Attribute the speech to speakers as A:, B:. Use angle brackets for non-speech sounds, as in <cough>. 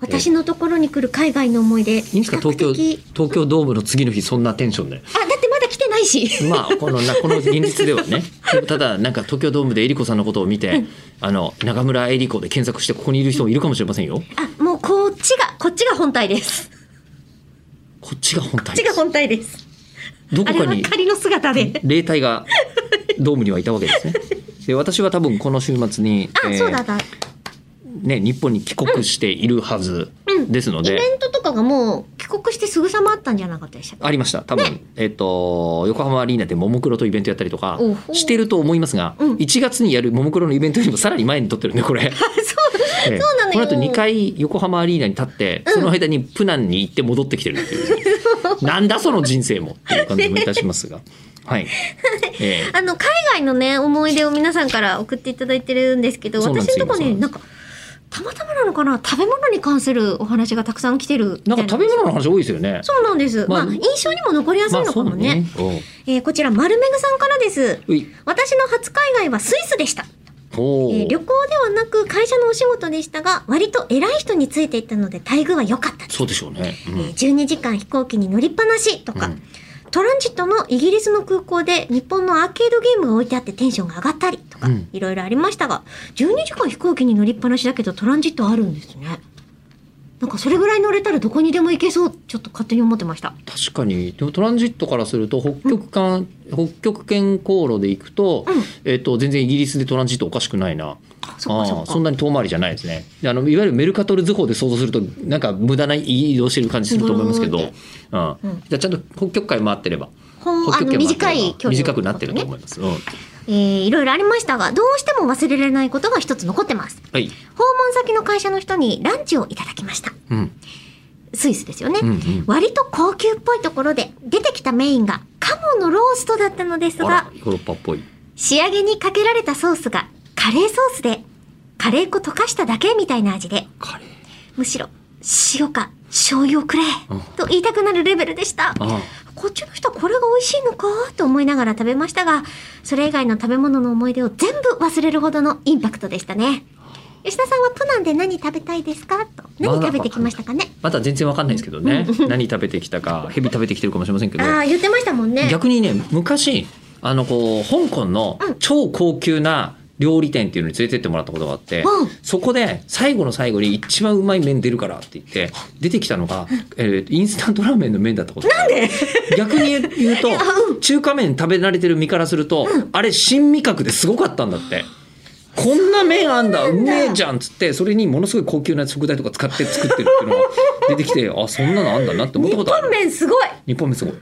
A: 私のところに来る海外の思い出。いい
B: いいんですか東京東京ドームの次の日そんなテンションで
A: あ、だってまだ来てないし。
B: まあこのなこの現実では
A: <laughs>
B: ねでもただなんか東京ドームでえりこさんのことを見て、あの中村えり子で検索してここにいる人もいるかもしれませんよ
A: あ、もうこっちが、こっちが本体です。こ
B: こっちが本体
A: っち
B: で
A: が
B: す
A: 本体です。
B: ど
A: あ
B: こ
A: れ
B: か
A: は
B: に
A: 仮の姿で。
B: 霊体がドームにはいたわけ
A: <laughs>
B: ですねで私は多分この週末に、
A: あ、
B: えー
A: そうだだ。
B: ね、日本に帰国しているはずですの
A: イ
B: で、
A: ベントとかがもう帰国してすぐさまあったんじゃなかったでしたっけ
B: ありました多分、えっ、と横浜アリーナでももクロとイベントやったりとか
A: おほ
B: してると思いますが、
A: うん
B: 1月にやるももクロのイベントよりもさらに前に撮ってるんでこれ
A: あ <laughs> そう。
B: <laughs> ええ
A: そうなのよ
B: この後2回横浜アリーナに立ってその間にプナンに行って戻ってきてるっていう、
A: <laughs>
B: なんだその人生もっていう感じもいたしますがはい、ええ
A: あの、海外のね、思い出を皆さんから送っていただいてるんですけど、
B: そうなんで
A: 私
B: す
A: のとこね、
B: 今
A: なんか、たまたまなのかな、食べ物に関するお話がたくさん来てるみた
B: ないんか食べ物の話多いですよね
A: そうなんです。ま
B: まあ
A: あ、印象にも残りやすいのかもね。
B: まあそうだね
A: えーこちら、丸めぐさんからです。
B: おううい
A: 私の初海外はスイスでした。
B: お
A: え
B: ー
A: ー旅行ではなく会社のお仕事でしたが、割と偉い人についていったので待遇は良かったです。
B: そうでしょうね、うん
A: えー12時間飛行機に乗りっぱなしとか、
B: うん
A: トランジットのイギリスの空港で日本のアーケードゲームが置いてあってテンションが上がったりとか、
B: うん
A: いろいろありましたが、12時間飛行機に乗りっぱなしだけどトランジットあるんですね。なんかそれぐらい乗れたらどこにでも行けそう、ちょっと勝手に思ってました。
B: 確かにでもトランジットからすると北極間、北極圏航路で行くと,、
A: うん
B: えっと全然イギリスでトランジットおかしくないな
A: そっかそ
B: あ
A: っ
B: ー
A: か。
B: そんなに遠回りじゃないですねであのいわゆるメルカトル図法で想像するとなんか無駄な移動してる感じすると思いますけど、う
A: ぐ
B: ん
A: るうん
B: じゃあちゃんと北極海回ってれば
A: ほん
B: 北
A: あ
B: 極
A: の
B: 圏回ってれば
A: 短い距離を
B: 短くなってると思
A: ね
B: います、うん
A: えーいろいろありましたがどうしても忘れられないことが一つ残ってます
B: はい、
A: 訪問先の会社の人にランチをいただきました
B: うん
A: スイスですよね、
B: うんうん、
A: 割と高級っぽいところで出てきたメインがカモのローストだったのです
B: あら
A: が
B: ヨーロッパっぽい
A: 仕上げにかけられたソースがカレーソースでカレー粉溶かしただけみたいな味で
B: カレー
A: むしろ塩か醤油をくれと言いたくなるレベルでした
B: あ
A: こっちの人はこれが美味しいのかと思いながら食べましたが、それ以外の食べ物の思い出を全部忘れるほどのインパクトでしたね。吉田さんはプナンで何食べたいですかと。何食べてきましたかね。
B: まだ全然わかんないですけどね何食べてきたか蛇食べてきてるかもしれませんけど
A: ああ、言ってましたもんね。
B: 逆にね昔あのこう香港の
A: うん
B: 超高級な料理店っていうのに連れてってもらったことがあって、
A: うん
B: そこで最後の最後に一番うまい麺出るからって言って出てきたのが、えーインスタントラーメンの麺だったことなんで逆に言
A: <laughs>
B: うと中華麺食べ慣れてる身からすると、あれ新味覚ですごかったんだって。こんな麺あんだうめえじゃんっつってそれにものすごい高級な食材とか使って作ってるっていうのが出てきてあそんなのあんだなって思っ
A: 日
B: たことあ
A: 本
B: る
A: 麺すごい
B: 日本麺すごい